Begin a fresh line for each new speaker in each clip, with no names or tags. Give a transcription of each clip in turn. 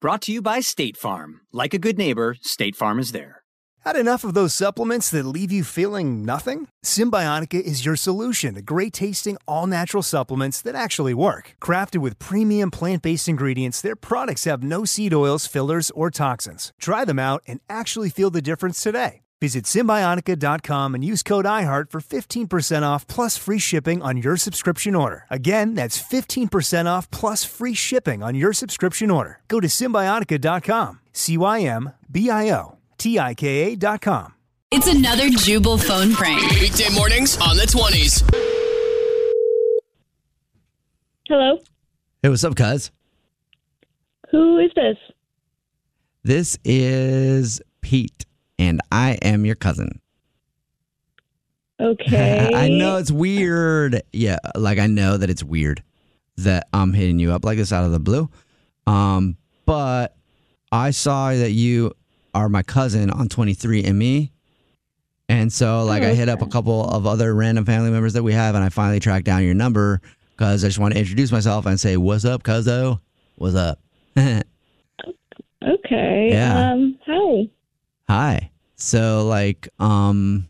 Brought to you by State Farm. Like a good neighbor, State Farm is there.
Had enough of those supplements that leave you feeling nothing? Symbionica is your solution to great tasting, all natural supplements that actually work. Crafted with premium plant based ingredients, their products have no seed oils, fillers, or toxins. Try them out and actually feel the difference today. Visit Symbionica.com and use code IHEART for 15% off plus free shipping on your subscription order. Again, that's 15% off plus free shipping on your subscription order. Go to Symbionica.com. C Y M B I O. T-I-K-A dot com.
It's another Jubal phone prank.
Weekday mornings on the 20s.
Hello.
Hey, what's up, cuz?
Who is this?
This is Pete, and I am your cousin.
Okay.
I know it's weird. Yeah, like I know that it's weird that I'm hitting you up like this out of the blue. Um, but I saw that you are my cousin on 23andMe. And so, like, I hit up a couple of other random family members that we have, and I finally tracked down your number because I just want to introduce myself and say, What's up, cuzzo? What's up?
Okay.
Yeah.
Um, hi.
Hi. So like um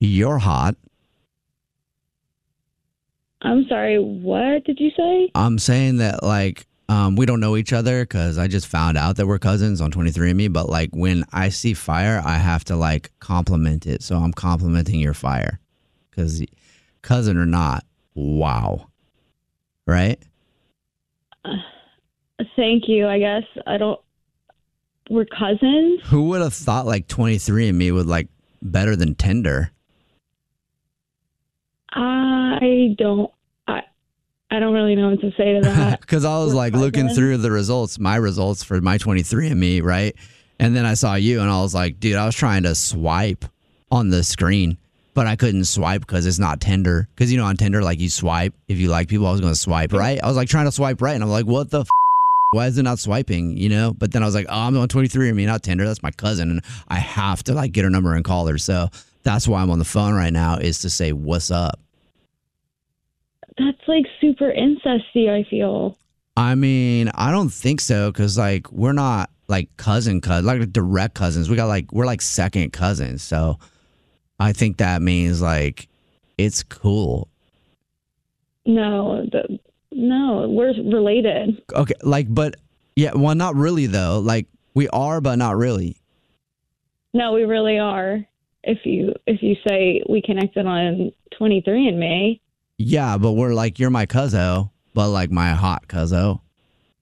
you're hot.
I'm sorry. What did you say?
I'm saying that like um we don't know each other cuz I just found out that we're cousins on 23andme but like when I see fire I have to like compliment it. So I'm complimenting your fire cuz cousin or not. Wow. Right?
Thank you. I guess I don't. We're cousins.
Who would have thought like 23andme would like better than Tinder?
I don't. I. I don't really know what to say to that.
Because I was
We're
like looking
cousins.
through the results, my results for my 23andMe, right? And then I saw you and I was like, dude, I was trying to swipe on the screen, but I couldn't swipe because it's not Tinder. Because, you know, on Tinder, like you swipe if you like people. I was going to swipe right. I was like trying to swipe right. And I'm like, what the f? Why is it not swiping? You know? But then I was like, oh, I'm on 23andMe, not Tinder. That's my cousin. And I have to like get her number and call her. So that's why I'm on the phone right now is to say, what's up?
That's like super incesty. I feel.
I mean, I don't think so because like we're not like cousin cousin like direct cousins. We got like we're like second cousins. So I think that means like it's cool.
No. The, no. We're related.
Okay, like but yeah, well not really though. Like we are but not really.
No, we really are. If you if you say we connected on 23 in May.
Yeah, but we're like you're my cuzzo, but like my hot cuzzo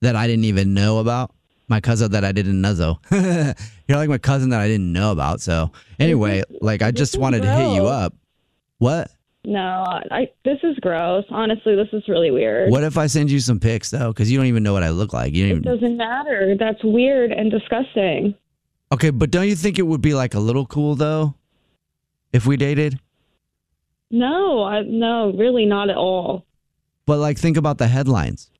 that I didn't even know about. My cousin that I didn't know. you're like my cousin that I didn't know about. So anyway, like I just
is
wanted to hit you
gross.
up. What?
No, I this is gross. Honestly, this is really weird.
What if I send you some pics though? Because you don't even know what I look like. You don't
It
even.
doesn't matter. That's weird and disgusting.
Okay, but don't you think it would be like a little cool though, if we dated?
No, I, no, really not at all.
But like, think about the headlines.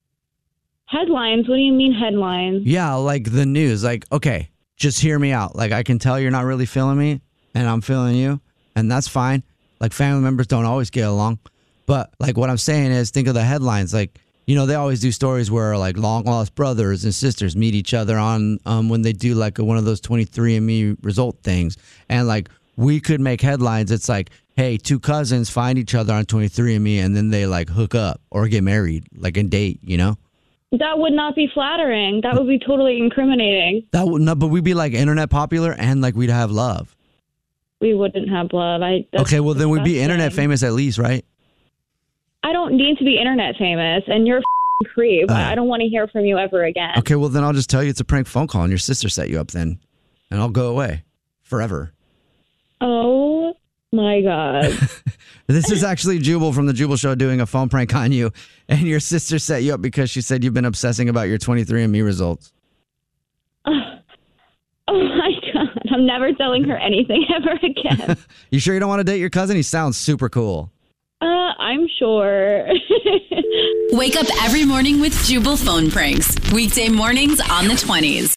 Headlines? What do you mean headlines?
Yeah, like the news. Like, okay, just hear me out. Like, I can tell you're not really feeling me, and I'm feeling you, and that's fine. Like, family members don't always get along. But, like, what I'm saying is think of the headlines. Like, you know, they always do stories where, like, long lost brothers and sisters meet each other on um, when they do, like, one of those 23andMe result things. And, like, we could make headlines. It's like, hey, two cousins find each other on 23andMe, and then they, like, hook up or get married, like, and date, you know?
That would not be flattering. That would be totally incriminating.
That would not, but we'd be like internet popular and like we'd have love.
We wouldn't have love. I that's
okay, well then we'd be
disgusting.
internet famous at least, right?
I don't need to be internet famous, and you're a f***ing creep.
Uh.
I don't want to hear from you ever again.
Okay, well then I'll just tell you it's a prank phone call and your sister set you up then, and I'll go away forever.
Oh my god.
This is actually Jubal from the Jubal Show doing a phone prank on you, and your sister set you up because she said you've been obsessing about your 23andMe results.
Oh my god. I'm never telling her anything ever again.
You sure you don't want to date your cousin? He sounds super cool.
uh, I'm sure.
Wake up every morning with Jubal phone pranks. Weekday mornings on the 20s.